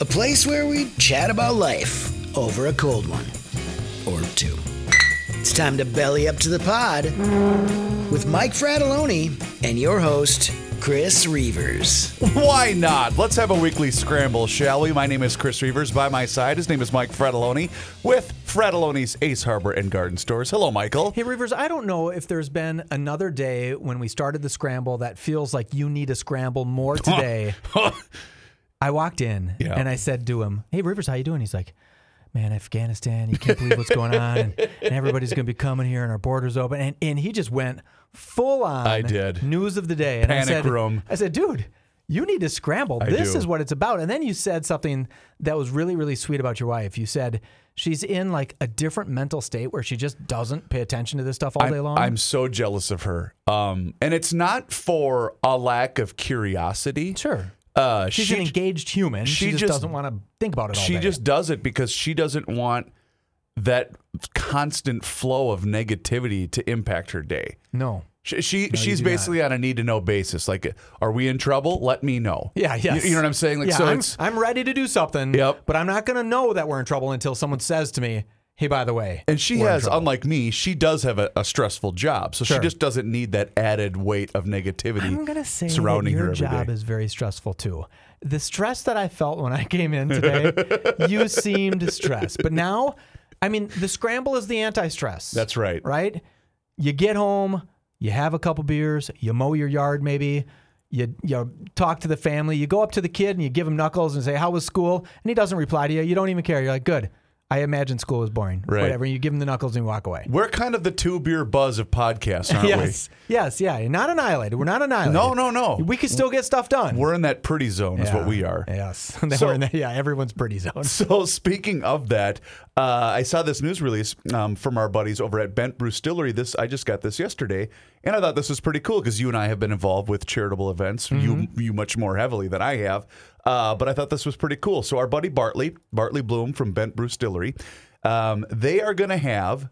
a place where we chat about life over a cold one or two. It's time to belly up to the pod with Mike Fratelloni and your host, Chris Reavers. Why not? Let's have a weekly scramble, shall we? My name is Chris Reavers. By my side, his name is Mike Fratelloni with Fratelloni's Ace Harbor and Garden Stores. Hello, Michael. Hey, Reavers, I don't know if there's been another day when we started the scramble that feels like you need a scramble more today. I walked in Yeah. and I said to him, Hey, Reavers, how you doing? He's like, Man, Afghanistan, you can't believe what's going on. And, and everybody's going to be coming here and our border's open. And, and he just went full on I did. news of the day. And Panic I said, room. I said, Dude, you need to scramble. I this do. is what it's about. And then you said something that was really, really sweet about your wife. You said, She's in like a different mental state where she just doesn't pay attention to this stuff all I'm, day long. I'm so jealous of her. Um, and it's not for a lack of curiosity. Sure. Uh, She's she an j- engaged human. She, she just, just- doesn't want to think about it all She day. just does it because she doesn't want that constant flow of negativity to impact her day. No. She, she you she's do not. basically on a need to know basis. Like, are we in trouble? Let me know. Yeah, You- yes. You, know what I'm saying? Like, yeah, so I'm, it's I'm ready to do something. Yep. But I'm not going to know that we're in trouble until someone says to me, hey, by the way. And she we're in has, trouble." unlike me, she does have a, a stressful job, so Sure. she just doesn't need that added weight of negativity I'm going to say surrounding that your her every day. job is very stressful too. The stress that I felt when I came in today, you seemed stressed. But now, I mean, the scramble is the anti stress. That's right. Right? You get home, you have a couple beers, you mow your yard maybe. You, you talk to the family, you go up to the kid and you give him knuckles and say, How was school? And he doesn't reply to you. You don't even care. You're like, Good. I imagine school was boring. Right. Whatever. And you give him the knuckles and you walk away. We're kind of the two beer buzz of podcasts, aren't yes. Yes. Yeah. You're not annihilated. We're not annihilated. No, no, no. We can still get stuff done. we? We're in that pretty zone, is what Yeah. we are. Yes. They So- were in the- yeah, everyone's pretty zone. So speaking of that, uh, I saw this news release um, from our buddies over at Bent Brew Distillery. This I just got this yesterday, and I thought this was pretty cool because you and I have been involved with charitable events. You you much more heavily than I have, uh, but I thought this was pretty cool. So our buddy Bartley Bartley Bloom from Bent Brew Distillery, um, they are going to have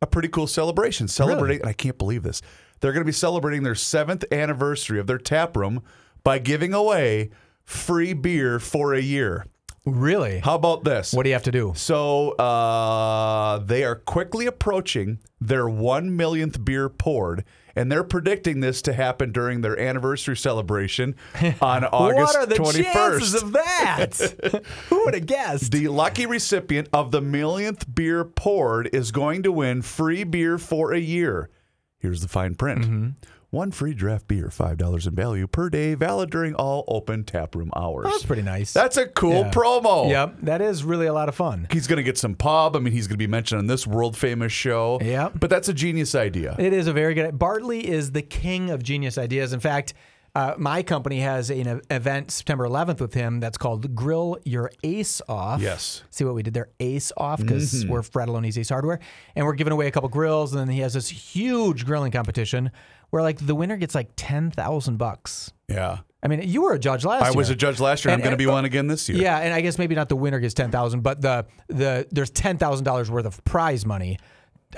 a pretty cool celebration. Celebrating, and I can't believe this. They're going to be celebrating their seventh anniversary of their tap room by giving away free beer for a year. Really? How about this? What do you have to do? so uh, they are quickly approaching their one millionth beer poured, and they're predicting this to happen during their anniversary celebration on August what are the twenty chances first. of that? Who would have guessed? The lucky recipient of the millionth beer poured is going to win free beer for a year. Here's the fine print. Mm-hmm. One free draft beer, $5 in value per day, valid during all open taproom hours. That's pretty nice. That's a cool Yeah. promo. Yep, that is really a lot of fun. He's going to get some pub. I mean, he's going to be mentioned on this world famous show. Yeah. But that's a genius idea. It is a very good. Bartley is the king of genius ideas. In fact, uh, my company has an e- event September 11th with him that's called Grill Your Ace Off. Yes. Mm-hmm. See what we did there? Ace Off, because we're Fratelloni's Ace Hardware. And we're giving away a couple grills. And then he has this huge grilling competition where, like, the winner gets like 10,000 bucks. yeah. I mean, you were a judge last I year. was a judge last year. And- I'm going to be and- one again this year. Yeah, and I guess maybe not the winner gets ten thousand, but the the there's ten thousand dollars worth of prize money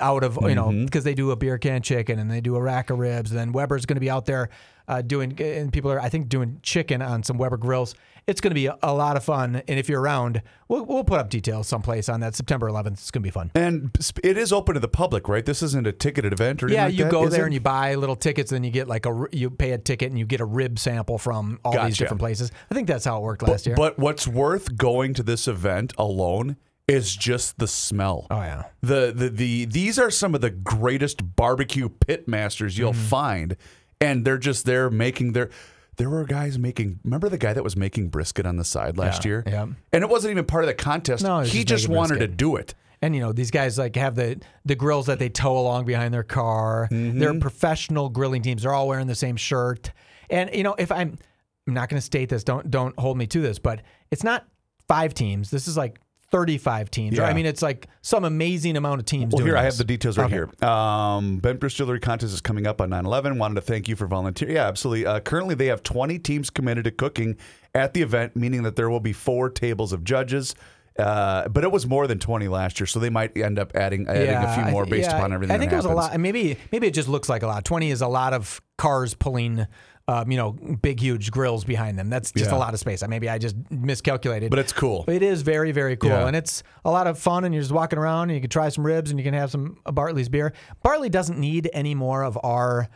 out of you know Mm-hmm. because they do a beer can chicken and they do a rack of ribs. And then Weber's going to be out there uh, doing and people are I think doing chicken on some Weber grills. It's going to be a, a lot of fun. And if you're around, we'll we'll put up details someplace on that September 11th. It's going to be fun. And sp- it is open to the public, right? This isn't a ticketed event or anything Yeah, like you that, go is there it? and you buy little tickets, and then you get like a r- you pay a ticket and you get a rib sample from all these Gotcha. different places. I think that's how it worked last year. But what's worth going to this event alone is just the smell. oh yeah, The, the the these are some of the greatest barbecue pit masters you'll Mm-hmm. find, and they're just there making their. There were guys making. Remember the guy that was making brisket on the side last Yeah, year? yeah. And it wasn't even part of the contest. No, he was he just just, making wanted brisket. to do it. and you know these guys like have the the grills that they tow along behind their car. Mm-hmm. They're professional grilling teams. They're all wearing the same shirt. And you know if I'm I'm not going to state this, don't don't hold me to this, but it's not five teams. This is like 35 teams. Or, I Yeah. mean, it's like some amazing amount of teams. Well, doing here I this. have the details right here. Um, Bent Distillery contest is coming up on 9/11. Wanted to thank you for volunteering. Yeah, absolutely. Uh, currently, they have 20 teams committed to cooking at the event, meaning that there will be four tables of judges. Uh, but it was more than 20 last year, so they might end up adding adding a I few more th- based yeah, upon everything. I think that it was happens. a lot. and Maybe maybe it just looks like a lot. Twenty is a lot of cars pulling, um, you know, big huge grills behind them. That's just a Yeah. lot of space. I- Maybe I just miscalculated. But it's cool. It is very very cool, Yeah. and it's a lot of fun. And you're just walking around, and you can try some ribs, and you can have some uh, Bartley's beer. Bartley doesn't need any more of our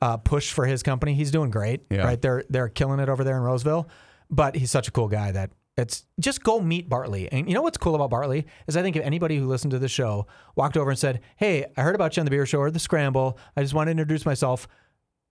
uh, push for his company. He's doing great, Yeah. right? They're they're killing it over there in Roseville, but he's such a cool guy that. It's just go meet Bartley. And you know what's cool about Bartley is I think if anybody who listened to the show walked over and said, Hey, I heard about you on the beer show or the scramble. I just want to introduce myself.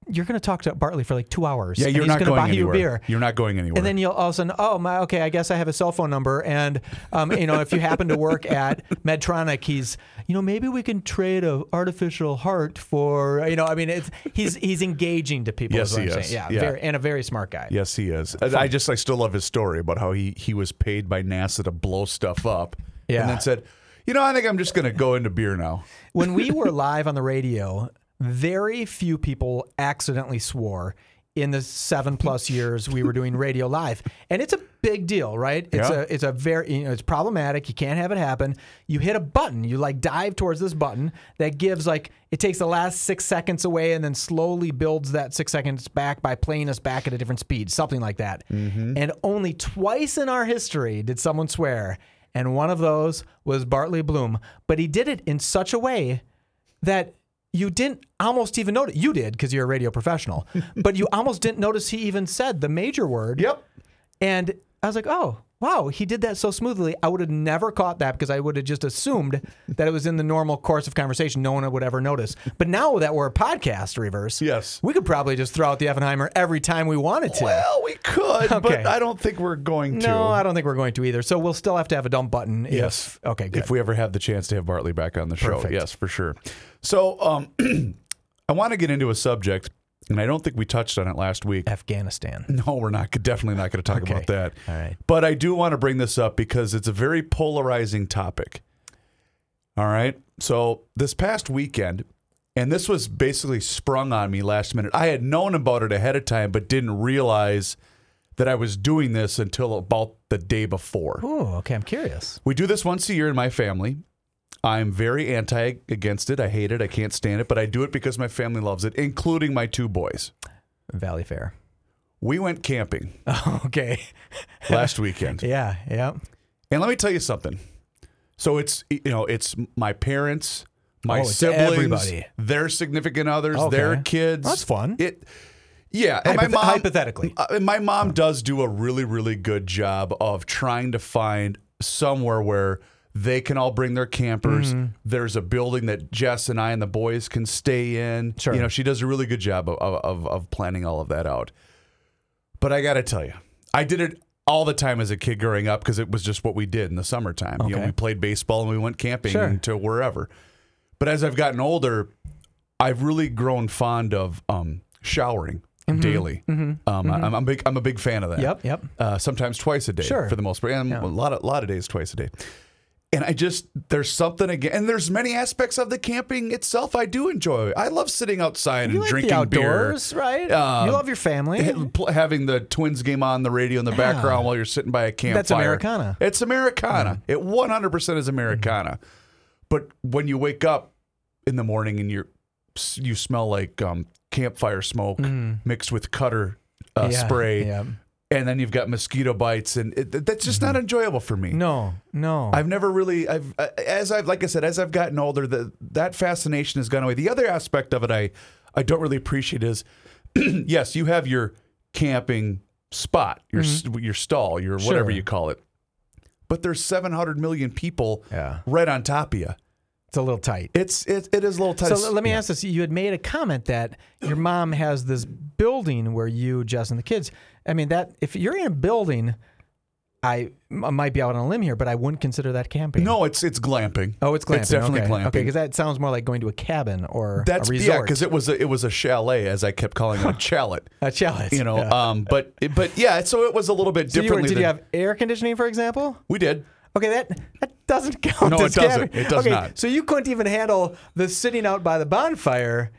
You're going to talk to Bartley for like two hours. Yeah, and you're he's not gonna going buy anywhere. you a beer. You're not going anywhere. And then you'll all of a sudden, oh my, okay, I guess I have a cell phone number, and um, you know, if you happen to work at Medtronic, he's, you know, maybe we can trade a artificial heart for, you know, I mean, it's he's he's engaging to people. Yes, is what he I'm is. saying. Yeah, Yeah. Very, and a very smart guy. Yes, he is. And I just I still love his story about how he he was paid by NASA to blow stuff up, Yeah. and then said, "You know, I think I'm just going to go into beer now." When we were live on the radio, very few people accidentally swore in the seven plus years we were doing radio live. And it's a big deal, right? It's Yeah. a it's a very you know, it's problematic. You can't have it happen. You hit a button, you like dive towards this button that gives like it takes the last six seconds away and then slowly builds that six seconds back by playing us back at a different speed, something like that. And only twice in our history did someone swear. And one of those was Bartley Bloom. But he did it in such a way that you didn't almost even notice. You did because you're a radio professional, but you almost didn't notice he even said the major word. Yep. And I was like, oh, wow, he did that so smoothly. I would have never caught that because I would have just assumed that it was in the normal course of conversation. No one would ever notice. But now that we're a podcast reverse, Yes. we could probably just throw out the Effenheimer every time we wanted to. Well, we could, Okay. but I don't think we're going to. no, I don't think we're going to either. So we'll still have to have a dump button. if- Yes. okay. Good. If we ever have the chance to have Bartley back on the show. Perfect. Yes, for sure. So um, I want to get into a subject, and I don't think we touched on it last week. Afghanistan. No, we're not definitely not going to talk Okay. about that. All right. But I do want to bring this up because it's a very polarizing topic. All right. So this past weekend, and this was basically sprung on me last minute. I had known about it ahead of time, but didn't realize that I was doing this until about the day before. Ooh, okay. I'm curious. We do this once a year in my family. I'm very anti against it. I hate it. I can't stand it, but I do it because my family loves it, including my two boys. Valley Fair. We went camping okay. last weekend. Yeah. Yeah. And let me tell you something. So it's you know, it's my parents, my Oh, it's siblings, everybody. their significant others, Okay. their kids. That's fun. It yeah, and my Hypothet- mom hypothetically. uh, and my mom does do a really really good job of trying to find somewhere where they can all bring their campers. Mm-hmm. There's a building that Jess and I and the boys can stay in. Sure. You know, she does a really good job of, of, of planning all of that out. But I got to tell you, I did it all the time as a kid growing up because it was just what we did in the summertime. You know, Okay. we played baseball and we went camping Sure. and to wherever. But as I've gotten older, I've really grown fond of um, showering daily. Um, I- I'm, a big, I'm a big fan of that. Mm-hmm. Yep, yep. Uh, sometimes twice a day Sure. for the most part. And a lot of, lot of days twice a day. And I just, there's something again, and there's many aspects of the camping itself I do enjoy. I love sitting outside You and like drinking the outdoors, beer. right? Um, you love your family. Ha- pl- having the Twins game on the radio in the background while you're sitting by a campfire. Americana. Mm-hmm. It's Americana. It 100% is Americana. But when you wake up in the morning and you're you smell like um, campfire smoke mixed with cutter uh, Mm. Yeah, spray, yeah. Mm-hmm. and then you've got mosquito bites, and it, th- that's just not enjoyable for me. No, no. I've never really, I've uh, as I've like I said, as I've gotten older, the, that fascination has gone away. The other aspect of it, I I don't really appreciate is, yes, you have your camping spot, your s your stall, your whatever Mm-hmm. Sure. you call it, but there's 700 million people Yeah. right on top of you. it's a little tight. It's it, it is a little tight. So l- let me ask this. You had made a comment that your mom has this building where you, Jess, and the kids. I mean, that if you're in a building, I m- I might be out on a limb here, but I wouldn't consider that camping. No, it's it's glamping. Oh, it's glamping. It's definitely okay. glamping. Okay, because that sounds more like going to a cabin or that's a yeah, resort. because it was a, it was a chalet, as I kept calling it, a chalet. a chalet. You know, Yeah. um, but but yeah, so it was a little bit So you were- differently. did you than- have air conditioning, for example? we did. Okay, that that doesn't count. No, it as doesn't. camping. It does okay, not. So you couldn't even handle the sitting out by the bonfire,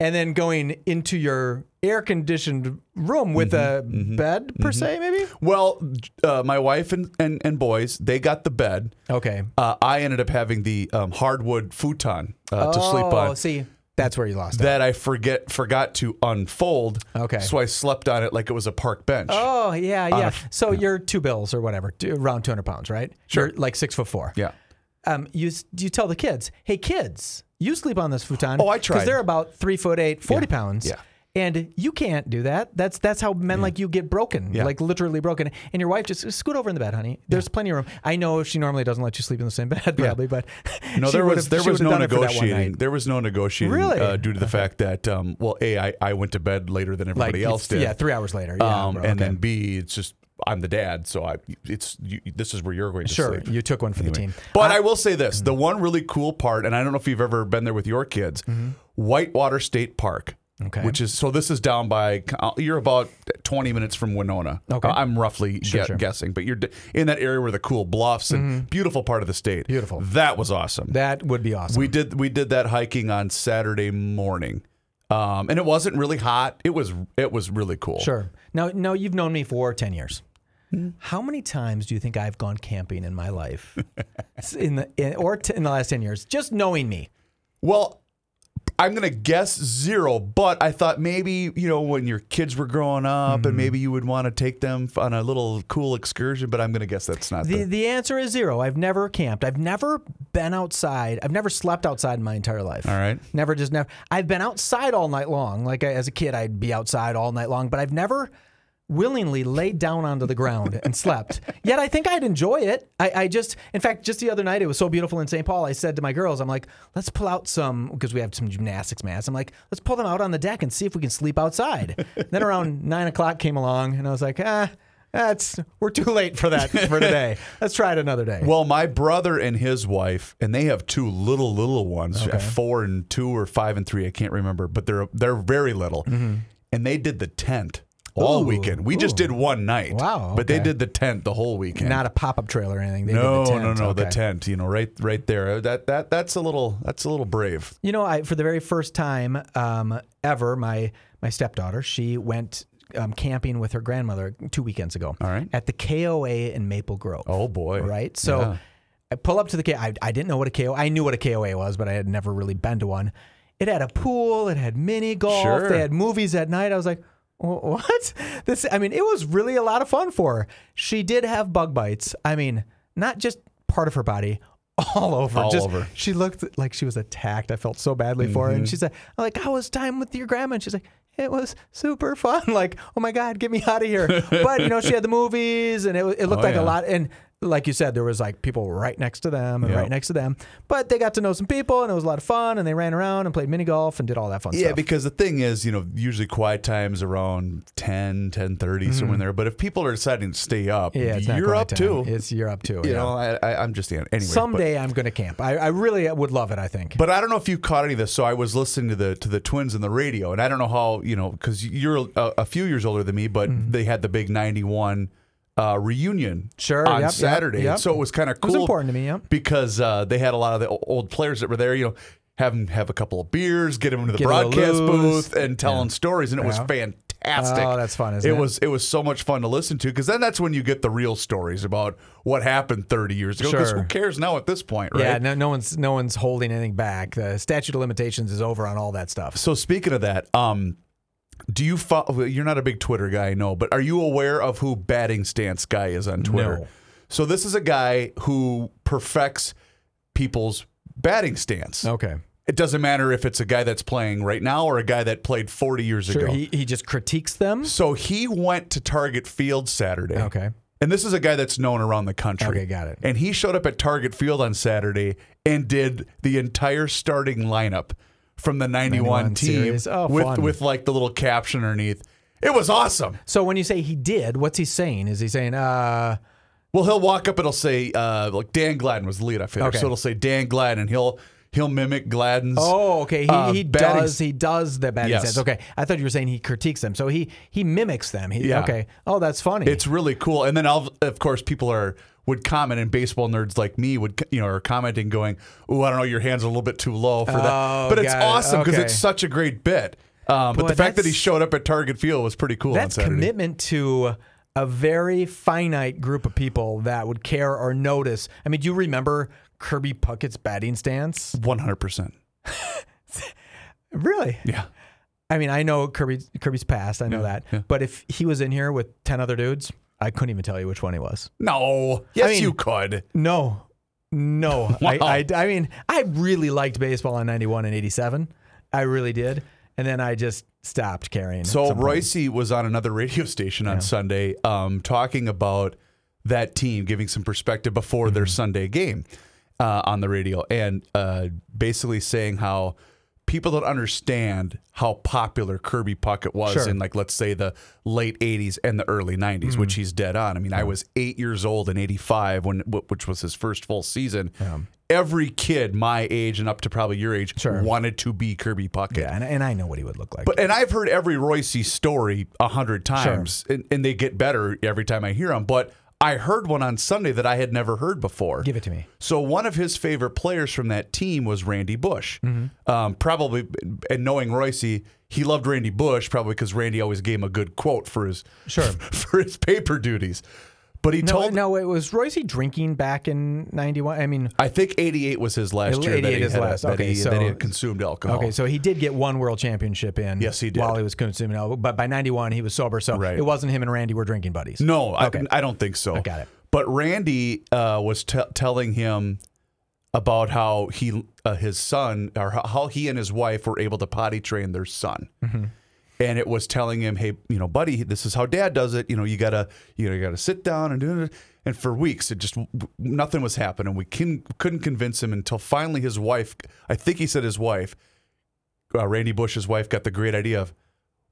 and then going into your air conditioned room with Mm-hmm, a bed per se, maybe. Well, uh, my wife and, and, and boys, they got the bed. Okay. Uh, I ended up having the um, hardwood futon uh, to sleep Oh, on see, that's where you lost it. that I forget forgot to unfold. Okay. So I slept on it like it was a park bench. Oh yeah, yeah. so you're two bills or whatever, two, around 200 pounds, right? Sure. You're like six foot four. Yeah. um, you s- you tell the kids, hey kids, you sleep on this futon. Oh, I tried. because they're about three foot eight, 40 pounds. Yeah. And you can't do that. That's that's how men like you get broken, Yeah. like literally broken. And your wife just scoot over in the bed, honey. There's plenty of room. I know she normally doesn't let you sleep in the same bed, probably, but No, she there would've- was there she was no would've done it for that one negotiating. night. There was no negotiating Really? uh, due to the fact that um, well, a I, I went to bed later than Like everybody else it's- did. Yeah, three hours later. Yeah, um, bro, and okay. then B, it's just I'm the dad, so I it's you, this is where you're going to sure, sleep. you took one for the team. But I will say this: the one really cool part, and I don't know if you've ever been there with your kids, Whitewater State Park. Mm-hmm. Okay. Which is so this is down by you're about 20 minutes from Winona. Okay. I'm roughly gue- guessing, but you're d- in that area where the cool bluffs and beautiful part of the state. Mm-hmm. Beautiful. That was awesome. That would be awesome. We did we did that hiking on Saturday morning. Um, and it wasn't really hot. It was it was really cool. Sure. Now, now you've known me for 10 years. Hmm. How many times do you think I've gone camping in my life, S- in the in, or t- in the last 10 years? Just knowing me, Well, I'm gonna guess zero, but I thought maybe you know when your kids were growing up, Hmm. and maybe you would want to take them f- on a little cool excursion. But I'm gonna guess that's not the the. the answer is zero. I've never camped. I've never been outside. I've never slept outside in my entire life. All right. Never just never. I've been outside all night long. Like I, as a kid, I'd be outside all night long, but I've never willingly laid down onto the ground and slept. Yet I think I'd enjoy it. I, I just, in fact, just the other night, it was so beautiful in St. Paul. I said to my girls, I'm like, let's pull out some, because we have some gymnastics mats. I'm like, let's pull them out on the deck and see if we can sleep outside. then around nine o'clock came along, and I was like, ah. That's we're too late for that for today. Let's try it another day. Well, my brother and his wife, and they have two little little ones, uh, four and two or five and three. I can't remember, but they're they're very little, and they did the tent all Mm-hmm. Ooh, weekend. We just ooh. did one night. Wow, But they okay. did the tent the whole weekend. Not a pop-up trailer or anything. They did no, the tent. no, no, the Okay. tent. You know, right, right there. That that that's a little that's a little brave. You know, I for the very first time um, ever, my my stepdaughter she went um, camping with her grandmother two weekends ago. All right. at the KOA in Maple Grove. Oh, boy. right? So I pull up to the KOA. I, I didn't know what a KOA. I knew what a KOA was, but I had never really been to one. It had a pool. It had mini golf. Sure. They had movies at night. I was like. "Wh- What? This? I mean, it was really a lot of fun for her. She did have bug bites. I mean, not just part of her body, all over. All just, over. she looked like she was attacked. I felt so badly for Mm-hmm. her. And she said, I'm like, how was time with your grandma? And she's like, it was super fun. Like, oh my God, get me out of here. But, you know, she had the movies and it, it looked Oh, like yeah. a lot. And like you said, there was like people right next to them and Yeah. right next to them. But they got to know some people and it was a lot of fun. And they ran around and played mini golf and did all that fun Yeah, stuff. because the thing is, you know, usually quiet time's around 10, 10.30, somewhere in there. But if people are deciding to stay up, Mm-hmm. yeah, it's not you're quiet up time. too. It's you're up too. you yeah. know, I, I, I'm just anyway. but- Someday I'm going to camp. I, I really would love it, I think. But I don't know if you caught any of this. So I was listening to the to the twins in the radio, and I don't know how you know because you're a, a few years older than me, but Mm-hmm. they had the big '91 uh, reunion Sure, on yep, yep, Saturday, yep. so it was kind of was cool. important to me, yep. because uh, they had a lot of the o- old players that were there. You know, have them have a couple of beers, get them into the Get a little broadcast loose. booth, and tell them stories, and it was Yeah. fantastic. fantastic. Oh, that's fun, isn't it? was it was so much fun to listen to because then that's when you get the real stories about what happened 30 years ago. Because Sure. who cares now at this point, right? Yeah, no, no one's no one's holding anything back. The statute of limitations is over on all that stuff. So speaking of that, um, do you follow? You're not a big Twitter guy, I know, but are you aware of who batting stance guy is on Twitter? No. So this is a guy who perfects people's batting stance. Okay. It doesn't matter if it's a guy that's playing right now or a guy that played 40 years Sure. ago. He, he just critiques them. so he went to Target Field Saturday. Okay. And this is a guy that's known around the country. Okay, got it. And he showed up at Target Field on Saturday and did the entire starting lineup from the 91, 91 team series. Oh, with fun. with like the little caption underneath. It was awesome. So when you say he did, what's he saying? Is he saying, uh, Well, he'll walk up and he'll say uh, like Dan Gladden was the leadoff hitter. Okay. So it'll say Dan Gladden and he'll he'll mimic Gladden's oh, okay, he, uh, he batting does he does the batting Yes. stance. Okay, I thought you were saying he critiques them. So he he mimics them. He, Yeah. Okay. Oh, that's funny. It's really cool. And then, I'll, of course, people are would comment, and baseball nerds like me would, you know, are commenting, going, "Oh, I don't know, your hands are a little bit too low for Oh, that." But it's got it. awesome because Okay. it's such a great bit. Um, but Boy, the fact that he that's- showed up at Target Field was pretty cool. that's on Saturday. commitment to a very finite group of people that would care or notice. I mean, do you remember Kirby Puckett's batting stance? One hundred percent. Really? Yeah. I mean, I know Kirby Kirby's past. I know that. But if he was in here with ten other dudes, I couldn't even tell you which one he was. No. Yes, mean- you could. No, no. Wow. I, I, I mean, I really liked baseball in '91 and '87. I really did, and then I just stopped caring. at So some point. Royce was on another radio station on Sunday, um, talking about that team, giving some perspective before Mm-hmm. their Sunday game uh, on the radio, and uh, basically saying how people don't understand how popular Kirby Puckett was Sure. in, like, let's say the late '80s and the early '90s, Mm. which he's dead on. I mean, I was eight years old in '85 when, wh- which was his first full season. Every kid my age and up to probably your age wanted to be Kirby Puckett. yeah, and, and I know what he would look like. But eh, and I've heard every Royce story a hundred times, and, and they get better every time I hear them. But I heard one on Sunday that I had never heard before. Give it to me. So one of his favorite players from that team was Randy Bush. Mm-hmm. Um, probably, and knowing Royce, he loved Randy Bush probably because Randy always gave him a good quote for his Sure. for his paper duties. But he no, told no, it was Royce drinking back in '91. I mean, I think 88 was his last year that 88 he, is had, last. That, Okay, he, that so- he had consumed alcohol. okay, so he did get one world championship in. Yes, he did. While he was consuming alcohol, but by '91 he was sober, so Right. it wasn't him and Randy were drinking buddies. No, I, Okay. I don't think so. I got it. But Randy uh, was t- telling him about how he, uh, his son, or how- how he and his wife were able to potty train their son. Mm-hmm. And it was telling him, hey, you know, buddy, this is how dad does it. You know, you gotta, you know, you gotta sit down and do it. And for weeks, it just nothing was happening. We can, couldn't convince him until finally his wife, I think he said his wife, uh, Randy Bush's wife, got the great idea of,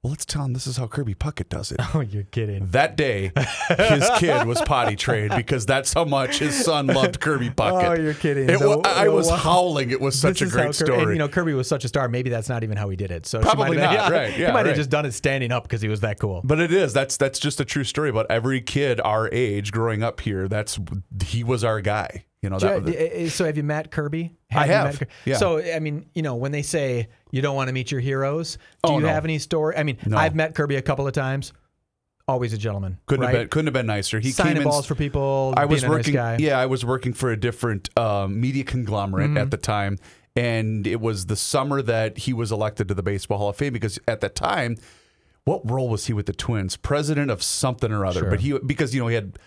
well, let's tell him this is how Kirby Puckett does it. Oh, you're kidding. That day, his kid was potty trained because that's how much his son loved Kirby Puckett. Oh, you're kidding. It wa- The- I was the- howling. It was such a This is how great Kir- story. And, you know, Kirby was such a star. Maybe that's not even how he did it. So she Probably might not, have- right, he yeah, might have right. just done it standing up because he was that cool. but it is. That's that's just a true story about every kid our age growing up here. That's he was our guy. You know Oh, that. Do was you- uh, uh, so have you met Kirby? I you have, met Kir- yeah. So I mean, you know, when they say you don't want to meet your heroes, do Oh, you no. have any story? I mean, No. I've met Kirby a couple of times. Always a gentleman. couldn't right? have been couldn't have been nicer. He Signing came in, balls for people. I was being a nice working. guy. Yeah, I was working for a different um, media conglomerate Mm-hmm. at the time, and it was the summer that he was elected to the Baseball Hall of Fame because at the time, what role was he with the Twins? President of something or other. But he because you know he had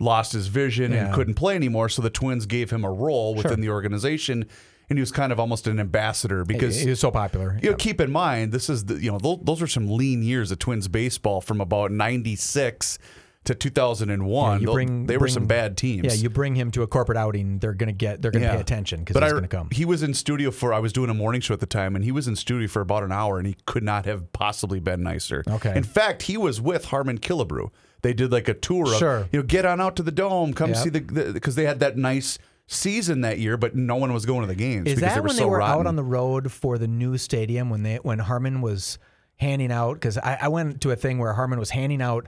lost his vision Yeah. and couldn't play anymore, so the Twins gave him a role within the organization, and he was kind of almost an ambassador because he was so popular. you know, keep in mind, this is the you know those, those are some lean years of Twins baseball from about '96 to 2001. you Tho- bring- they were some bring- bad teams. Yeah, you bring him to a corporate outing, they're gonna get, they're gonna Yeah. pay attention because But he's I- gonna come. He was in studio for I was doing a morning show at the time, and he was in studio for about an hour, and he could not have possibly been nicer. Okay. In fact, he was with Harmon Killebrew. They did like a tour of Sure. you know get on out to the dome, come Yep. see the because they had that nice season that year, but no one was going to the games Is because that they were when so they were rotten. out on the road for the new stadium when they when Harmon was handing out? Because I, I went to a thing where Harmon was handing out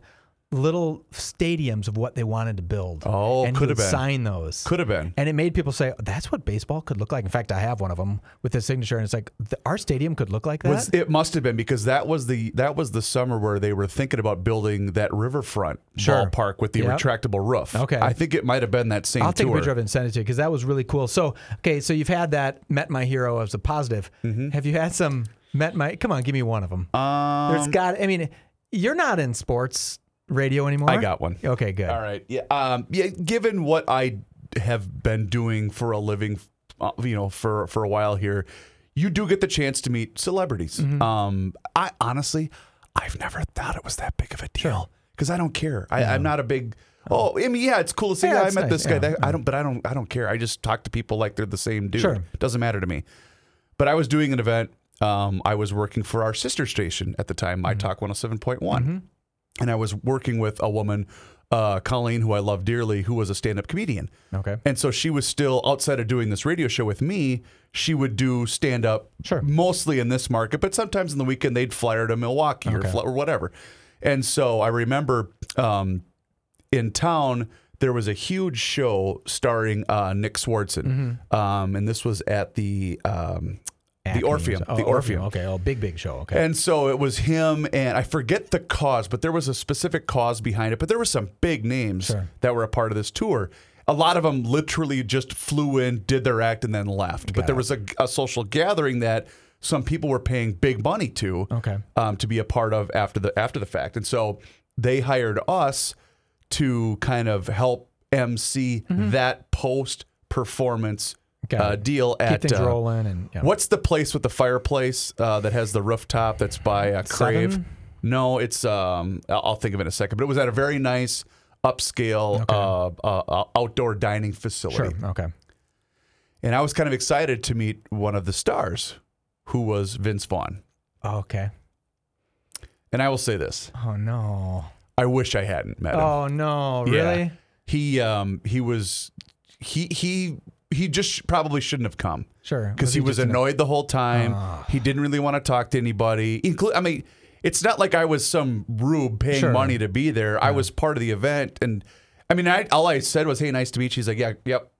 little stadiums of what they wanted to build. Oh, and he could would have been. sign those. Could have been. And it made people say, "That's what baseball could look like." In fact, I have one of them with his signature, and it's like, "Th- "Our stadium could look like that." Was, it must have been because that was the that was the summer where they were thinking about building that riverfront Sure. ballpark with the Yep. retractable roof. Okay. I think it might have been that same I'll tour. take a picture of it and send it to you because that was really cool. So, okay, so you've had that met my hero as a positive. Mm-hmm. Have you had some met my? Come on, give me one of them. Um, There's got. I mean, you're not in sports radio anymore. I got one. Okay, good. All right. Yeah. Um, yeah. Given what I have been doing for a living, uh, you know, for for a while here, you do get the chance to meet celebrities. Mm-hmm. Um, I honestly, I've never thought it was that big of a deal because I don't care. I, I'm not a big. Oh, I mean, yeah, it's cool to say. Yeah, Yeah, I it's met nice, this guy. yeah, That, I don't, but I don't, I don't care. I just talk to people like they're the same dude. Sure. Doesn't matter to me. But I was doing an event. Um, I was working for our sister station at the time, My Talk 107one And I was working with a woman, uh, Colleen, who I love dearly, who was a stand up comedian. Okay. And so she was still outside of doing this radio show with me. She would do stand up Sure. mostly in this market, but sometimes in the weekend they'd fly her to Milwaukee or, fly, or whatever. And so I remember um, in town there was a huge show starring uh, Nick Swartzen, Mm-hmm. um, and this was at the um, the Acme or Orpheum. so- oh, the Orpheum. Okay. Oh, big big show. Okay. And so it was him, and I forget the cause, but there was a specific cause behind it. But there were some big names Sure. that were a part of this tour. A lot of them literally just flew in, did their act, and then left. but there was a, a social gathering that some people were paying big money to, Okay. um, to be a part of after the after the fact. And so they hired us to kind of help MC that post performance Mm-hmm. Got uh, it. deal Keep at things uh, rolling and yeah. What's the place with the fireplace uh, that has the rooftop that's by uh, Crave? Seven? No, it's um, I'll I'll think of it in a second. But it was at a very nice upscale uh, uh, uh, outdoor dining Sure. facility, Okay. and I was kind of excited to meet one of the stars, who was Vince Vaughn. Okay. And I will say this: Oh no. I wish I hadn't met him. Oh no. Yeah. Really? He um, he was he he he just probably shouldn't have come. Sure. because he, was just in a- annoyed the whole time. Ah. he didn't really want to talk to anybody. Inclu- I mean, it's not like I was some rube paying Sure. money to be there. I was part of the event, and I mean, I, all I said was, "Hey, nice to meet you." He's like, "Yeah, yep,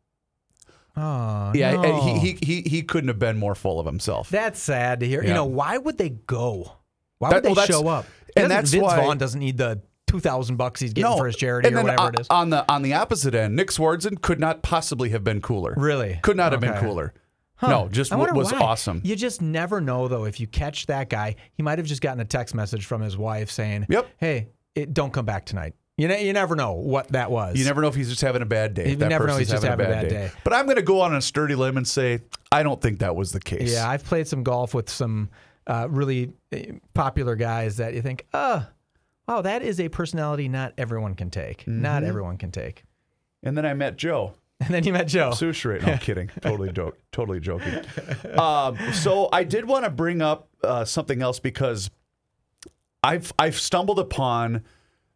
Oh yeah." No. and He, he he he couldn't have been more full of himself. That's sad to hear. You Yeah. know, why would they go? Why That- would they well, that's- show up? and Doesn't- that's Vince why- Vaughn doesn't need the two thousand bucks he's getting for his charity and or then whatever o- it is. On the on the opposite end, Nick Swartzen could not possibly have been cooler. Really? could not have been Okay. cooler. Huh. No, just I w- wonder was why. awesome. You just never know though. If you catch that guy, he might have just gotten a text message from his wife saying, Yep. hey, it, don't come back tonight." You ne- you never know what that was. You never know if he's just having a bad day. You if that never know person's he's just having a bad day. But I'm going to go on a sturdy limb and say I don't think that was the case. Yeah, I've played some golf with some uh, really uh, popular guys that you think, oh, wow, that is a personality not everyone can take. Not Mm-hmm. everyone can take. And then I met Joe. And then you met Joe. Sushi rate. No, I'm kidding. Totally joke. Totally joking. Um, so I did want to bring up uh, something else because I've I've stumbled upon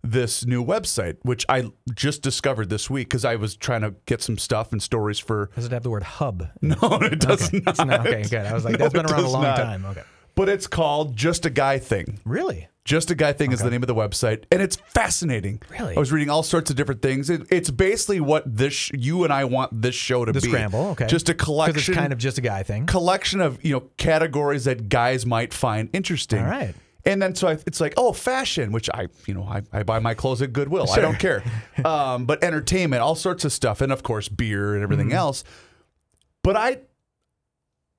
this new website which I just discovered this week because I was trying to get some stuff and stories for. Does it have the word hub? No, it does not. It's not- okay, good. I was like, No, that's been it around a does long not. time. Okay. But it's called Just a Guy Thing. Really? Just a Guy Thing is the name of the website, and it's fascinating. Really? I was reading all sorts of different things. It, it's basically what this sh- you and I want this show to The be. scramble, okay. Just a collection. Because it's kind of just a guy thing. collection of you know categories that guys might find interesting. All right. And then so I, it's like oh fashion, which I you know I, I buy my clothes at Goodwill. I don't care. Um, but entertainment, all sorts of stuff, and of course beer and Mm-hmm. everything else. But I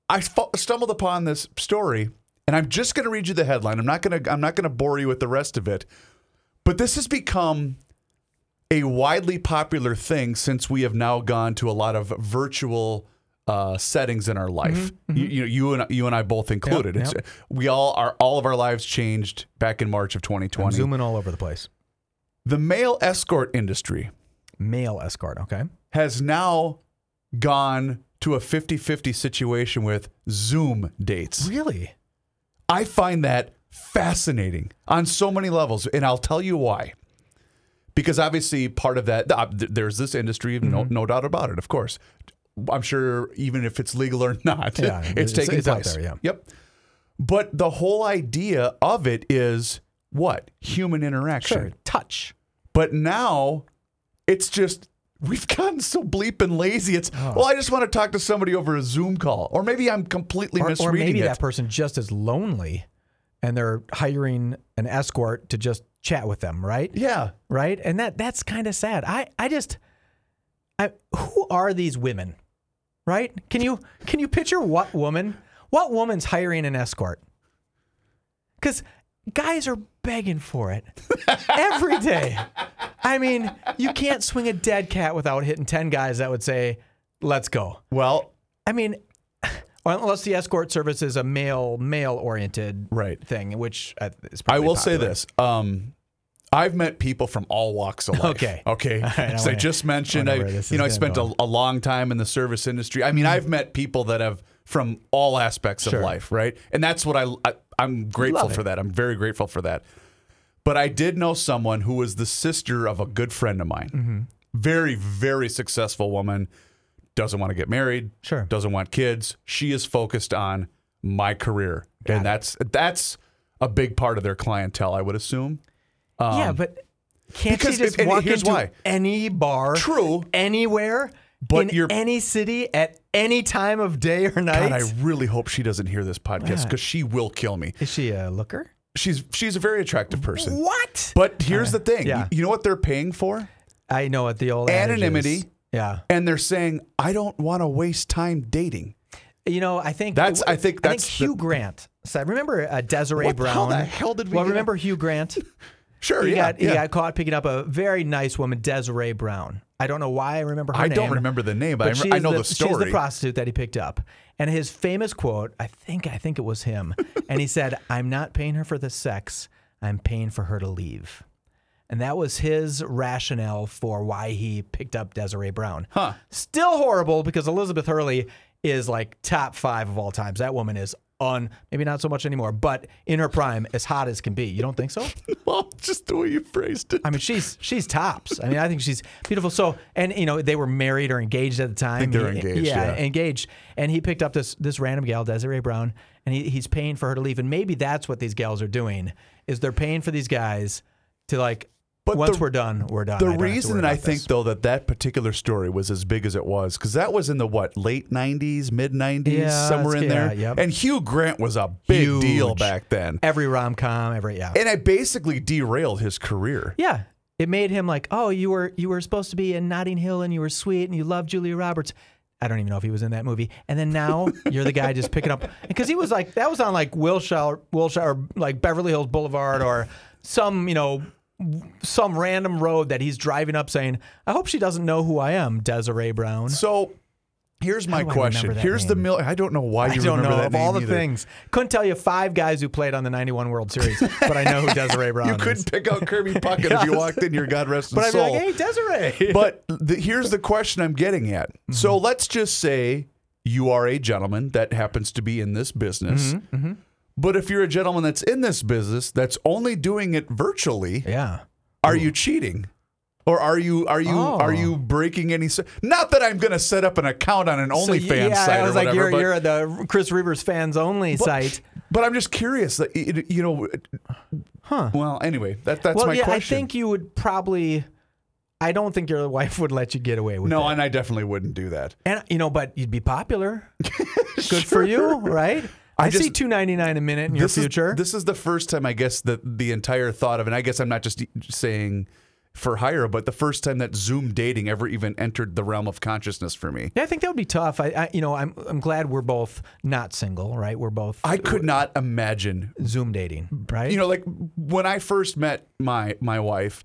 I fu- stumbled upon this story, and I'm just going to read you the headline. I'm not going to I'm not going to bore you with the rest of it. But this has become a widely popular thing since we have now gone to a lot of virtual uh, settings in our life. You, you know, you and you and I both included. Mm-hmm, Yep, It's- We all are all of our lives changed back in March of 2020. I'm zooming all over the place. The male escort industry Male escort. Okay. has now gone to a 50-50 situation with Zoom dates. Really? I find that fascinating on so many levels, and I'll tell you why. Because obviously, part of that, uh, th- there's this industry, no, Mm-hmm. no doubt about it. Of course, I'm sure even if it's legal or not, Yeah, it's, it's- taking it's out place. there, yeah. Yep. But the whole idea of it is what human interaction. Touch. But now it's just we've gotten so bleeping lazy. It's Oh. well, I just want to talk to somebody over a Zoom call, or maybe I'm completely Or, or misreading maybe it. that person just is lonely and they're hiring an escort to just chat with them, right? yeah, right? And that that's kind of sad. I I just I who are these women? Right? Can you can you picture what woman? What woman's hiring an escort? Cuz guys are begging for it every day. I mean, you can't swing a dead cat without hitting 10 guys that would say, "Let's go." well, I mean, unless the escort service is a male male oriented Right. thing, which I- I is probably will say popular. this. Um, I've met people from all walks of life. Okay. Okay. All right, I As I wanna- just mentioned, I I, wonder where this you is know, I gonna spent a, go. Mm-hmm. a long time in the service industry. I mean, I've met people that have from all aspects Sure. of life, right? And that's what I, I I'm grateful Love for it. that. I'm very grateful for that. But I did know someone who was the sister of a good friend of mine. Very, very successful woman. Doesn't want to get married. Sure. Doesn't want kids. She is focused on my career, and that's that's a big part of their clientele, I would assume. yeah, but can't Um, because you just if- and walk here's into why. any bar, True. anywhere, But in you're- any city at any time of day or night? God, I really hope she doesn't hear this podcast because she will kill me. Is she a looker? She's she's a very attractive person. What? But here's the thing. yeah. You know what they're paying for? I know what the old adage is. Anonymity. Yeah, And they're saying, I don't want to waste time dating. you know, I think That's- I think that's the- Hugh Grant. So I remember uh, Desiree What the- how Brown. the hell did we Well, get- remember Hugh Grant? Sure, he yeah. got he yeah. got caught picking up a very nice woman, Desiree Brown. I don't know why I remember her I name. don't remember the name, but I remem- she I is know the She's the story. prostitute that he picked up, and his famous quote. I think I think it was him, and he said, "I'm not paying her for the sex. I'm paying for her to leave." And that was his rationale for why he picked up Desiree Brown. Huh. Still horrible because Elizabeth Hurley is like top five of all times. That woman is on maybe not so much anymore, but in her prime, as hot as can be. You don't think so? well, just the way you phrased it. I mean, she's she's tops. I mean, I think she's beautiful. So, and you know, they were married or engaged at the time. think they were He- engaged, yeah. engaged. And he picked up this this random gal, Desiree Brown, and he, he's paying for her to leave. And maybe that's what these gals are doing is they're paying for these guys to like. But once the- we're done, we're done. I the don't have to reason worry that I about think this. though that that particular story was as big as it was because that was in the what late '90s, mid '90s, Yeah, somewhere it's- in yeah, there. yep. And Hugh Grant was a big deal Huge. back then, every rom com, every yeah, and I basically derailed his career. yeah. It made him like, oh, you were you were supposed to be in Notting Hill and you were sweet and you loved Julia Roberts. I don't even know if he was in that movie. And then now you're the guy just picking up because he was like that was on like Wilshire, Wilshire, or like Beverly Hills Boulevard or some you know some random road that he's driving up saying, I hope she doesn't know who I am, Desiree Brown. So here's my do I question. remember that Here's the name? mill. I don't know why I you don't remember know that of all name the either. things. Couldn't tell you five guys who played on the '91 World Series, but I know who Desiree Brown You is. couldn't pick out Kirby Puckett if you Yes. walked in your God rest but his I'd soul. be like, hey, Desiree. but the, here's the question I'm getting at. So Mm-hmm. let's just say you are a gentleman that happens to be in this business. Mm-hmm, But if you're a gentleman that's in this business that's only doing it virtually, yeah. are you cheating? Or are you are you Oh. are you breaking any? se- Not that I'm going to set up an account on an So, OnlyFans yeah, site I was or like, whatever. but, you're, you're the Chris Reavers fans only site. but I'm just curious that y- y- you know, huh? Well, anyway, that that's well, my yeah, question. I think you would probably. I don't think your wife would let you get away with no, it. and I definitely wouldn't do that. and you know, but you'd be popular. Good for you, right? I, I see just- two ninety nine a minute in your this future. Is, this is the first time, I guess, that the entire thought of, and I guess I'm not just e- saying for hire, but the first time that Zoom dating ever even entered the realm of consciousness for me. yeah, I think that would be tough. I, I, you know, I'm I'm glad we're both not single, right? We're both I could not imagine, Zoom dating, right? you know, like when I first met my my wife.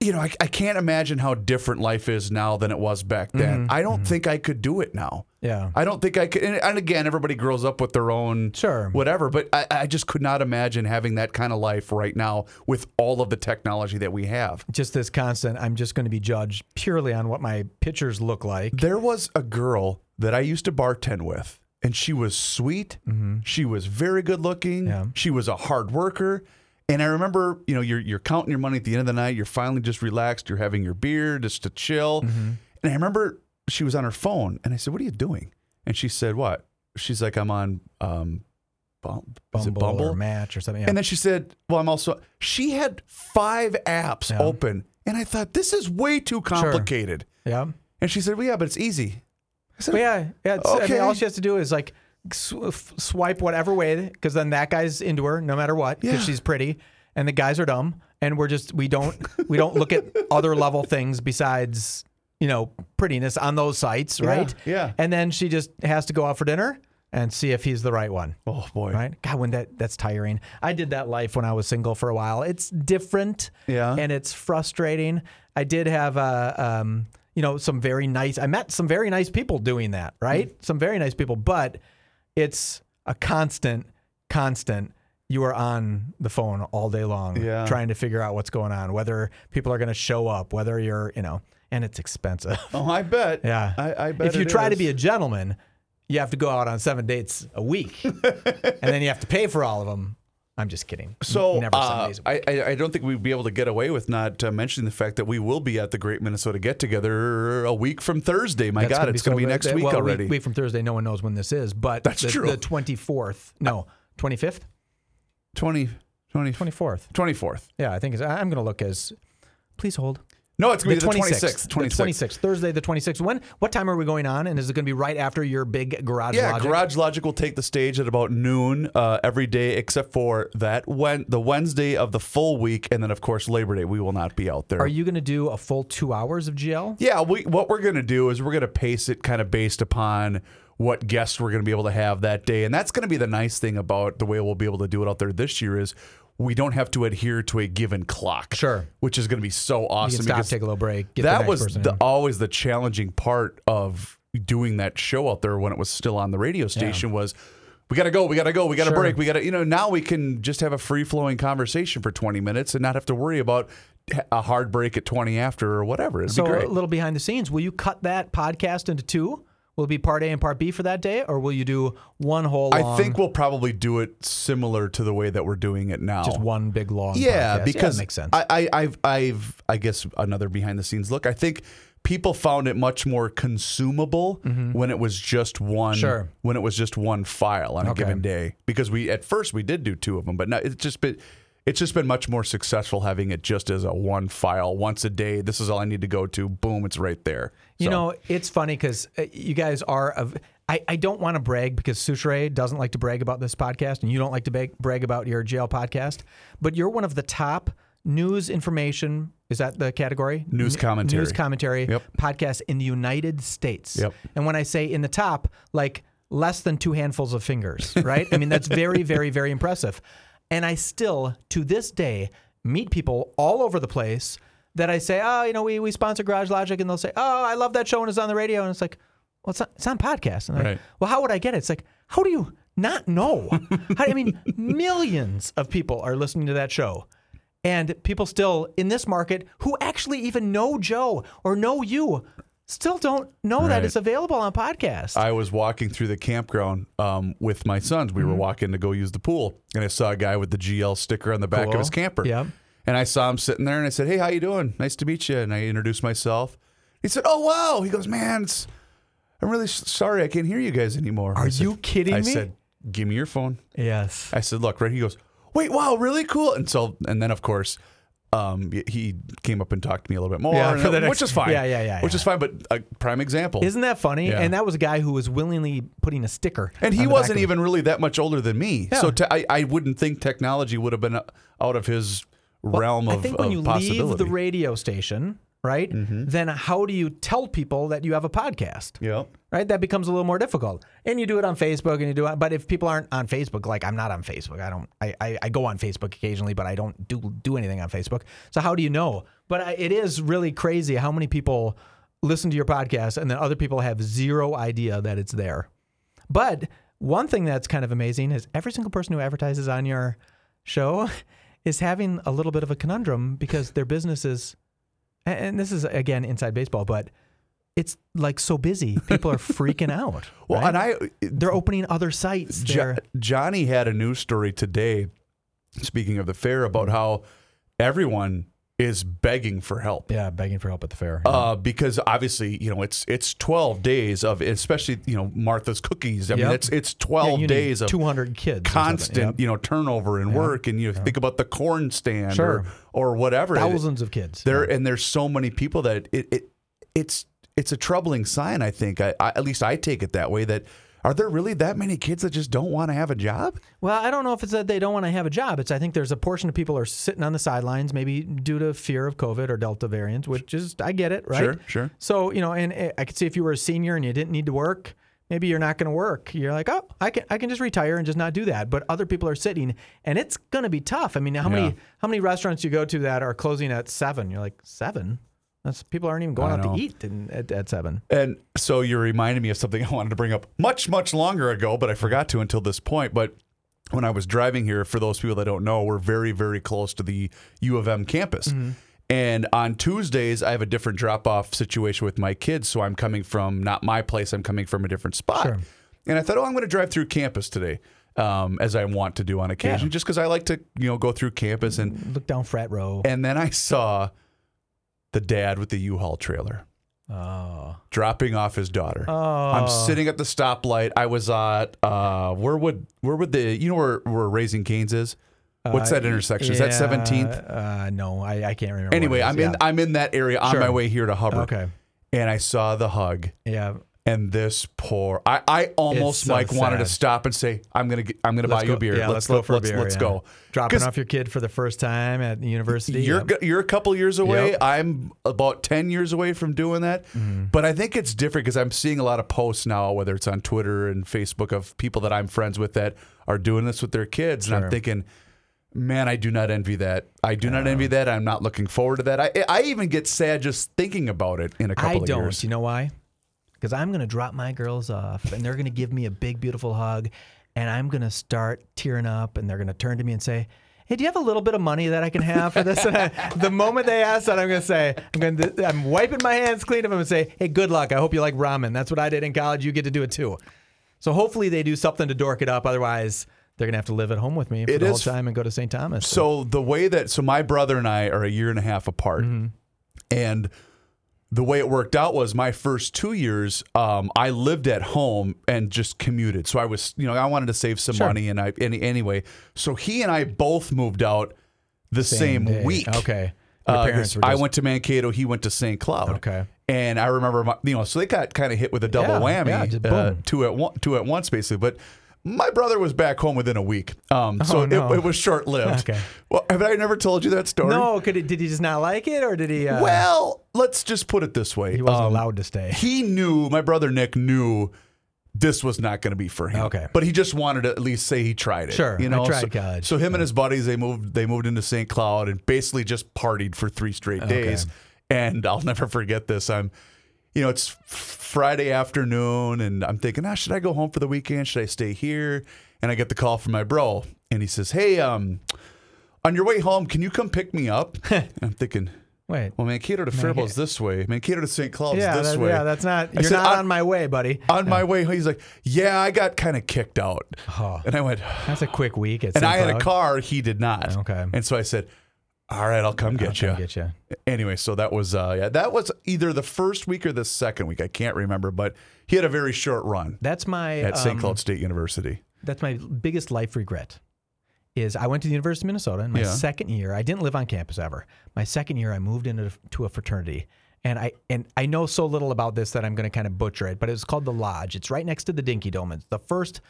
You know, I, I can't imagine how different life is now than it was back then. Mm-hmm. I don't think I could do it now. yeah. I don't think I could. And, and again, everybody grows up with their own Sure. whatever. But I, I just could not imagine having that kind of life right now with all of the technology that we have. just this constant. I'm just going to be judged purely on what my pictures look like. There was a girl that I used to bartend with, and she was sweet. She was very good looking. Mm-hmm. Yeah. She was a hard worker. And I remember, you know, you're you're counting your money at the end of the night. You're finally just relaxed. You're having your beer just to chill. Mm-hmm. And I remember she was on her phone, and I said, "What are you doing?" And she said, "What?" She's like, "I'm on um, Bump, is it Bumble, Bumble? or Match or something. Yeah. And then she said, "Well, I'm also." She had five apps Yeah. open, and I thought this is way too complicated. yeah. And she said, "Well, yeah, but it's easy." I said, But yeah, yeah it's, I Okay. mean, all she has to do is like sw- f- swipe whatever way, because then that guy's into her no matter what, because Yeah. she's pretty, and the guys are dumb, and we're just we don't we don't look at other level things besides you know prettiness on those sites, right? yeah. And then she just has to go out for dinner and see if he's the right one. "Oh boy, Right? God, when that that's tiring. I did that life when I was single for a while. It's different. Yeah. And it's frustrating. I did have uh, um, you know, some very nice I met some very nice people doing that, right? Mm. Some very nice people, but it's a constant, constant you are on the phone all day long Yeah. trying to figure out what's going on, whether people are gonna show up, whether you're you know, and it's expensive. oh, I bet." Yeah. I, I bet. if you it try to is. be a gentleman, you have to go out on seven dates a week, and then you have to pay for all of them. I'm just kidding. So never seven uh, days a week. I, I I don't think we'd be able to get away with not uh, mentioning the fact that we will be at the Great Minnesota Get Together a week from Thursday. My God, it's going to be next week already. Week, from Thursday. No one knows when this is, but That's the, true. The 24th. No, 25th, 20, 20, 24th. 24th. Yeah, I think it's, I- I'm going to look as. Please hold. No, it's The going to be the 26th. 26th. 26th. The 26th. Thursday, the 26th. When? What time are we going on? And is it going to be right after your big garage? Yeah, logic? Garage Logic will take the stage at about noon uh, every day, except for that when the Wednesday of the full week, and then of course Labor Day. We will not be out there. Are you going to do a full two hours of GL? Yeah, we, what we're going to do is we're going to pace it kind of based upon what guests we're going to be able to have that day. And that's going to be the nice thing about the way we'll be able to do it out there this year is we don't have to adhere to a given clock. Sure. Which is going to be so awesome. stop, because take a little break, get the that next was person the, in. always the challenging part of doing that show out there when it was still on the radio station was we got to go, we got to go, we got to Sure. break, we got to, you know, now we can just have a free flowing conversation for 20 minutes and not have to worry about a hard break at 20 after or whatever. It'd So be great. a little behind the scenes. Will you cut that podcast into two? Will it be part A and part B for that day, or will you do one whole? I long- think we'll probably do it similar to the way that we're doing it now. just one big long. podcast. yeah, because that makes sense. I, I, I've, I've, I guess another behind the scenes look. I think people found it much more consumable when it was just one. Mm-hmm. Sure. When it was just one file on Okay. a given day, because we at first we did do two of them, but now it's just been. It's just been much more successful having it just as a one file once a day. This is all I need to go to. Boom, it's right there. you So- know, it's funny because you guys are. Of, I, I don't want to brag because Suchere doesn't like to brag about this podcast, and you don't like to bag, brag about your jail podcast. But you're one of the top news information. Is that the category? News N- commentary. News commentary Yep. podcast in the United States. Yep. And when I say in the top, like less than two handfuls of fingers, right? I mean, that's very, very, very impressive. And I still, to this day, meet people all over the place that I say, oh, you know, we, we sponsor Garage Logic. And they'll say, oh, I love that show and it's on the radio. And it's like, well, it's on, it's on podcast. And they're Right. like, well, how would I get it? It's like, how do you not know? How, I mean, millions of people are listening to that show. And people still in this market who actually even know Joe or know you still don't know that Right. it's available on podcast. I was walking through the campground um, with my sons. We were Mm-hmm. walking to go use the pool, and I saw a guy with the GL sticker on the back Cool. of his camper. Yep. And I saw him sitting there, and I said, "Hey, how you doing? Nice to meet you." And I introduced myself. He said, "Oh wow!" He goes, "Man, it's, I'm really s- sorry I can't hear you guys anymore." Are I said- you kidding I me? said, "Give me your phone." yes. I said, "Look, right." He goes, "Wait, wow, really cool." And so, and then of course, um, y- he came up and talked to me a little bit more, Yeah, and- for the next- which is fine. Yeah, yeah, yeah, Which yeah. is fine, but a prime example. Isn't that funny? Yeah. And that was a guy who was willingly putting a sticker. And on he the back wasn't of- even really that much older than me. Yeah. So te- I, I wouldn't think technology would have been uh, out of his realm of, I think when of you possibility. Mm-hmm. leave the radio station, right? Then how do you tell people that you have a podcast? Yep. Right? That becomes a little more difficult. And you do it on Facebook and you do it but if people aren't on Facebook, like I'm not on Facebook. I don't I, I, I go on Facebook occasionally, but I don't do do anything on Facebook. So how do you know? But I, it is really crazy how many people listen to your podcast and then other people have zero idea that it's there. But one thing that's kind of amazing is every single person who advertises on your show is having a little bit of a conundrum because their business is, and- and this is again inside baseball, but it's like so busy. People are freaking out. Well, right? and I they're opening other sites. Jo- They're, Johnny had a news story today, speaking of the fair, about how everyone is begging for help. Yeah, begging for help at the fair. Uh, because obviously, you know, it's it's twelve days of especially, you know, Martha's cookies. I mean Yep. it's it's twelve days of two hundred kids, or something, constant, yeah. you know, turnover and work and you know, think about the corn stand Sure. or or whatever. It- thousands of kids. there and there's so many people that it, it it's it's a troubling sign i think I, I at least i take it that way that are there really that many kids that just don't want to have a job Well, I don't know if it's that they don't want to have a job. It's I think there's a portion of people are sitting on the sidelines, maybe due to fear of COVID or Delta variant, which is I get it, right? Sure, sure. So you know, and eh, I could see if you were a senior and you didn't need to work, maybe you're not going to work. You're like, oh, I can I can just retire and just not do that. But other people are sitting, and it's going to be tough. I mean, how many how many restaurants you go to that are closing at seven? You're like seven. That's people aren't even going out know. to eat in, at, at seven. and so you reminded me of something i wanted to bring up much much longer ago but i forgot to until this point but when i was driving here for those people that don't know we're very very close to the u of m campus And on Tuesdays, I have a different drop off situation with my kids. So I'm coming from not my place, I'm coming from a different spot. And I thought, oh, I'm going to drive through campus today, um, as I want to do on occasion, just because I like to, you know, go through campus. And Look down frat row. and then I saw the dad with the U-Haul trailer Oh, dropping off his daughter. I'm sitting at the stoplight. I was at uh, where would where would the you know where where Raising Canes is? What's that intersection? Is that Uh, Yeah, 17th? Uh, no, I, I can't remember. what Anyway, it is. I'm in Yeah. I'm in that area on Sure. my way here to Hubbard. Okay. And I saw the hug. Yeah. and this poor I, I almost It's so like wanted to sad. stop and say I'm gonna get, I'm gonna buy Let's you a go- beer Yeah, let's, go for let's, a beer. let's yeah. go Dropping 'Cause off your kid for the first time at university. um, you're yeah. go- you're a couple years away Yep. I'm about 10 years away from doing that Mm-hmm. but I think it's different because I'm seeing a lot of posts now whether it's on Twitter and Facebook of people that I'm friends with that are doing this with their kids and I'm thinking man I do not envy that I do not envy that I'm not looking forward to that I I even get sad just thinking about it in a I couple of don't. years You know why? Because I'm going to drop my girls off and they're going to give me a big, beautiful hug. And I'm going to start tearing up and they're going to turn to me and say, Hey, do you have a little bit of money that I can have for this? And I, the moment they ask that, I'm going to say, I'm going to, I'm wiping my hands clean of them and say, Hey, good luck. I hope you like ramen. That's what I did in college. You get to do it too. So hopefully they do something to dork it up. Otherwise, they're going to have to live at home with me for It the whole is- time and go to St. Thomas. So the way that so my brother and I are a year and a half apart, Mm-hmm. and the way it worked out was my first two years, um, I lived at home and just commuted. So I was, you know, I wanted to save some money, and I any, anyway. So he and I both moved out the same, day. week. Okay. Your Uh, parents were I just- went to Mankato. He went to St. Cloud. Okay. And I remember, my, you know, so they got kind of hit with a double Yeah, whammy, yeah, just uh, boom. two at one, two at once, basically. But my brother was back home within a week, um, so Oh, no. it, it was short lived. Okay. Well, have I never told you that story? No, could it, did he just not like it or did he? Uh, Well, let's just put it this way. He wasn't Um, allowed to stay. He knew my brother Nick knew this was not going to be for him. Okay. but he just wanted to at least say he tried it. Sure, you I know, tried so, college. So him and his buddies they moved they moved into St. Cloud and basically just partied for three straight days. And I'll never forget this. I'm, you know, it's Friday afternoon, and I'm thinking, ah, should I go home for the weekend? Should I stay here? And I get the call from my bro, and he says, hey, um. On your way home, can you come pick me up? And I'm thinking, Wait. well, Mankato to Faribault is this way. Mankato to St. Cloud's yeah, this that- way. yeah, that's not. I You're said, not on, on my Oh. way, buddy. on my way. He's like, yeah, I got kind of kicked out. And I went, That's a quick week. It's and I had a car. He did not. Okay. And so I said, all right, I'll come get you. Get you. Anyway, so that was uh, yeah, that was either the first week or the second week. I can't remember, but he had a very short run That's my. at St. um, Cloud State University. That's my biggest life regret. Is I went to the University of Minnesota in my Yeah. second year. I didn't live on campus ever. My second year, I moved into to a fraternity, and I and I know so little about this that I'm going to kind of butcher it. But it's called the Lodge. It's right next to the Dinky Dome. It's the first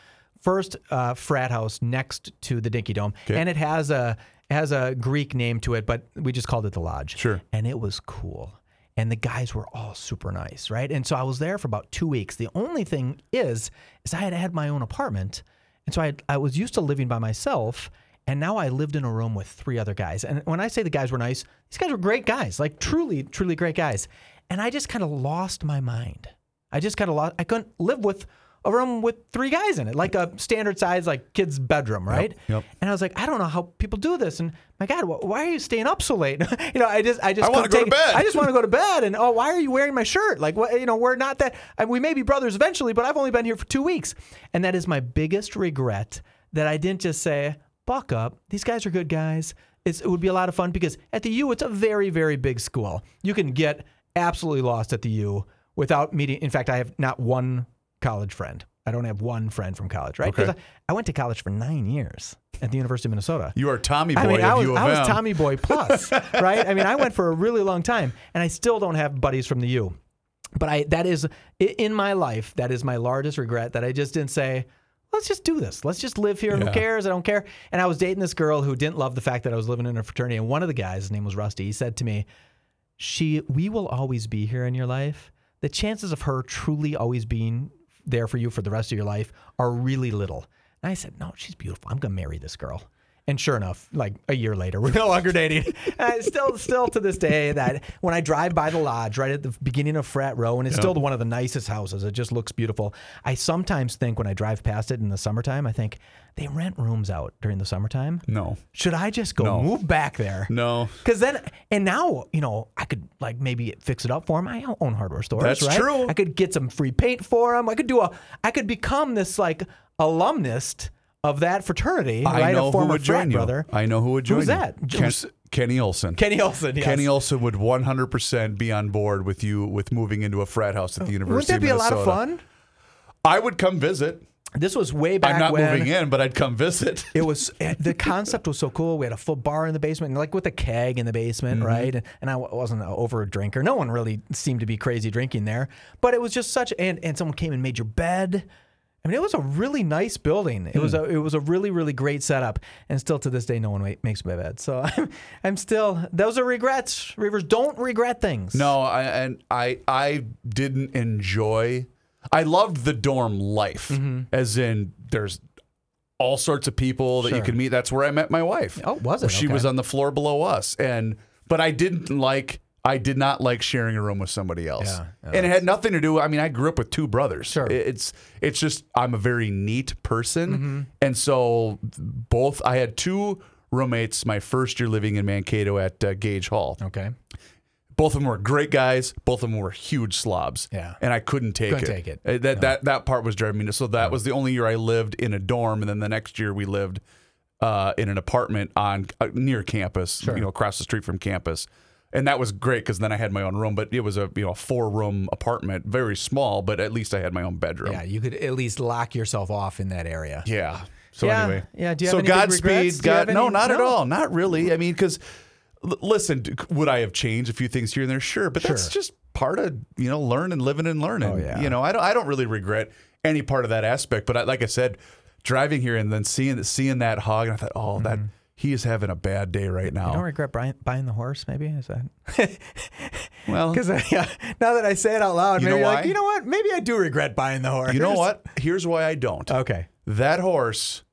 first uh, frat house next to the Dinky Dome, and it has a it has a Greek name to it, but we just called it the Lodge. Sure. And it was cool. And the guys were all super nice, right? And so I was there for about two weeks. The only thing is, is I had had my own apartment. And so I, had, I was used to living by myself. And now I lived in a room with three other guys. And when I say the guys were nice, these guys were great guys, like truly, truly great guys. And I just kind of lost my mind. I just kind of lost, I couldn't live with a room with three guys in it, like a standard size, like kid's bedroom, right? yep. And I was like, I don't know how people do this. And my God, wh- why are you staying up so late? you know, I just, I just, I wanna go to couldn't take it. bed. I just want to go to bed. And oh, why are you wearing my shirt? Like, what? You know, we're not that. I we may be brothers eventually, but I've only been here for two weeks, and that is my biggest regret that I didn't just say, "Buck up. These guys are good guys. it's, it would be a lot of fun because at the U, it's a very, very big school. You can get absolutely lost at the U without meeting. In fact, I have not one college friend. I don't have one friend from college, right? Because Okay. I, I went to college for nine years at the University of Minnesota. You are Tommy Boy I mean, of I was, U of I was M. Tommy Boy plus, right? I mean, I went for a really long time, and I still don't have buddies from the U. But I that is i- in my life. That is my largest regret that I just didn't say. Let's just do this. Let's just live here. Who Yeah. cares? I don't care. And I was dating this girl who didn't love the fact that I was living in a fraternity. And one of the guys, his name was Rusty, he said to me, she we will always be here in your life the chances of her truly always being there for you for the rest of your life are really little and i said no she's beautiful i'm going to marry this girl and sure enough like a year later we're no longer dating and I still still to this day that when i drive by the lodge right at the beginning of frat row and it's still one of the nicest houses it just looks beautiful i sometimes think when i drive past it in the summertime i think they rent rooms out during the summertime No. should i just go No. move back there No. Cause then, and now, you know, I could like maybe fix it up for him. I own hardware stores. That's right? true. I could get some free paint for him. I could do a. I could become this like alumnus of that fraternity. I right? know a who former would frat join brother. you. I know who would join Who's you. that? Ken- Kenny Olson. Kenny Olson. Yes. Kenny Olson would 100% be on board with you with moving into a frat house at the University Uh, Wouldn't that be of a lot Minnesota. of fun? I would come visit. This was way back I'm not when. moving in, but I'd come visit. It was eh, the concept was so cool. We had a full bar in the basement, and like with a keg in the basement, right? And, and I w- wasn't a over a drinker. No one really seemed to be crazy drinking there, but it was just such. And and someone came and made your bed. I mean, it was a really nice building. It was a it was a really really great setup. And still to this day, no one ma- makes my bed. So I'm I'm still those are regrets. Reavers don't regret things. No, I, and I I didn't enjoy. I loved the dorm life, Mm-hmm. as in there's all sorts of people that you Sure. can meet. That's where I met my wife. Oh, was it? She was Okay. on the floor below us, and but I didn't like. I did not like sharing a room with somebody else, Yeah, yeah, and it had nothing to do. I mean, I grew up with two brothers. Sure. It- it's it's just I'm a very neat person, Mm-hmm. and so both I had two roommates my first year living in Mankato at uh, Gage Hall. Okay. Both of them were great guys. Both of them were huge slobs. Yeah. and I couldn't take Couldn't it. take it. Uh, That that that part was driving me. nuts. So that was the only year I lived in a dorm, and then the next year we lived uh, in an apartment on uh, near campus. You know, across the street from campus. And that was great because then I had my own room, but it was a you know four room apartment, very small, but at least I had my own bedroom. Yeah, you could at least lock yourself off in that area. Yeah. So Yeah. anyway, Yeah. Do you have so any big regrets? Godspeed. Do you have God, no, any- not at No. all. Not really. I mean, because listen, d- would I have changed a few things here and there? Sure, but that's just part of you know learning, living, and learning. Oh, yeah. You know, I don't. I don't really regret any part of that aspect. But I, like I said, driving here and then seeing seeing that hog, and I thought, oh, Mm-hmm. that he is having a bad day right I don't now. regret buying, buying the horse. Maybe is that Well, Because uh, yeah, now that I say it out loud, You maybe know you're like, why? you know what? Maybe I do regret buying the horse. you know what? Here's why I don't. Okay. that horse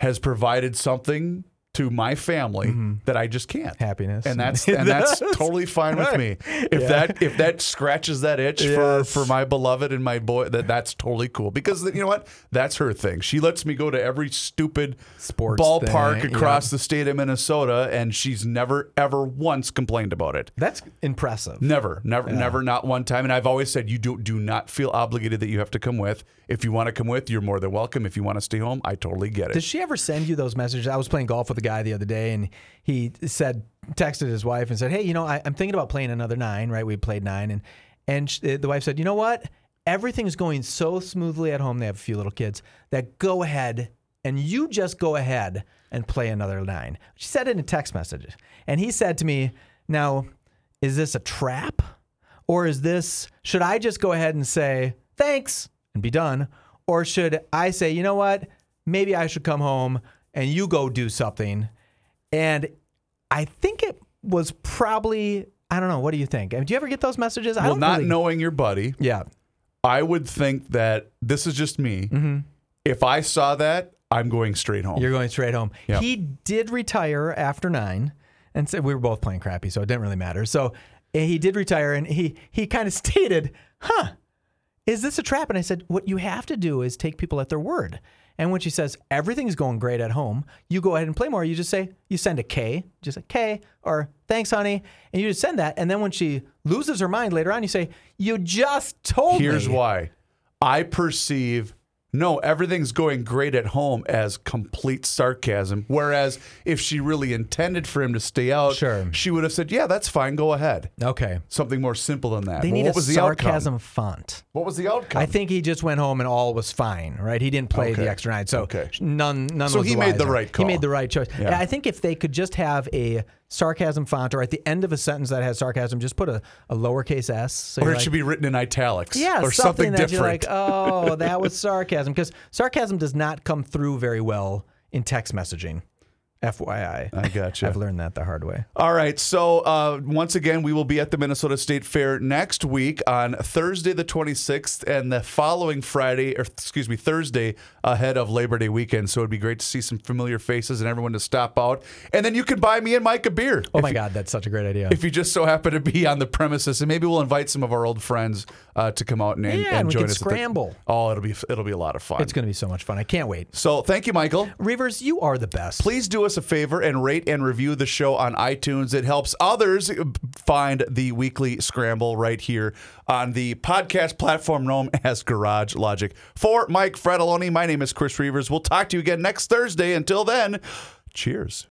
has provided something to my family that I just can't. Mm-hmm. Happiness. And that's and that's totally fine with me. If that if that scratches that itch Yes. for for my beloved and my boy, that that's totally cool. Because you know what? That's her thing. She lets me go to every stupid Sports ballpark thing, across the state of Minnesota and she's never ever once complained about it. That's impressive. Never, never, never, not one time. And I've always said you do do not feel obligated that you have to come with. If you want to come with, you're more than welcome. If you want to stay home, I totally get it. Does she ever send you those messages? I was playing golf with a guy the other day, and he said, texted his wife and said, "Hey, you know, I, I'm thinking about playing another nine. Right? We played nine, and and sh- the wife said, "You know what? Everything's going so smoothly at home. They have a few little kids. That go ahead and you just go ahead and play another nine. She said it in a text message, and he said to me, "Now, is this a trap, or is this? Should I just go ahead and say thanks and be done, or should I say, you know what? Maybe I should come home and you go do something. And I think it was probably I don't know. What do you think? I mean, do you ever get those messages? I well, don't not really- knowing your buddy, Yeah, I would think that this is just me. If I saw that, I'm going straight home. Mm-hmm. you're going straight home. Yeah. He did retire after nine, and so we were both playing crappy, so it didn't really matter. So eh, he did retire, and he he kind of stated, "Huh, is this a trap?" And I said, "What you have to do is take people at their word." And when she says everything's going great at home, you go ahead and play more. You just say you send a K, just a K, or thanks, honey, and you just send that. And then when she loses her mind later on, you say, "You just told me." Here's why I perceive no, everything's going great at home as complete sarcasm. Whereas if she really intended for him to stay out, Sure. she would have said, yeah, that's fine, go ahead. Okay. Something more simple than that. They Well, need what a was the sarcasm outcome? font. What was the outcome? I think he just went home and all was fine, right? He didn't play Okay. the extra nine, so Okay. none, none. So was he made the wiser. right He call. made the right choice. Yeah. I think if they could just have a sarcasm font, or at the end of a sentence that has sarcasm, just put a, a lowercase s. So or you're it like, should be written in italics yeah, or something, something, that you're different. like, oh, that was sarcasm, because sarcasm does not come through very well in text messaging. FYI, I gotcha. "Oh, I've learned that the hard way. All right. So uh, once again, we will be at the Minnesota State Fair next week on Thursday the 26th, and the following Friday, or excuse me, Thursday ahead of Labor Day weekend. So it'd be great to see some familiar faces and everyone to stop out, and then you can buy me and Mike a beer. Oh my God, that's such a great idea. If you just so happen to be on the premises, and maybe we'll invite some of our old friends uh, to come out and, and, Yeah, and we join can us. at the- scramble. oh, it'll be it'll be a lot of fun. it's going to be so much fun. I can't wait. so thank you, Michael. Reavers, you are the best. please do us a favor and rate and review the show on iTunes. It helps others uh, find the weekly scramble right here on the podcast platform known as Garage Logic. For Mike Fratelloni, my name is Chris Reavers. We'll talk to you again next Thursday. Until then, cheers.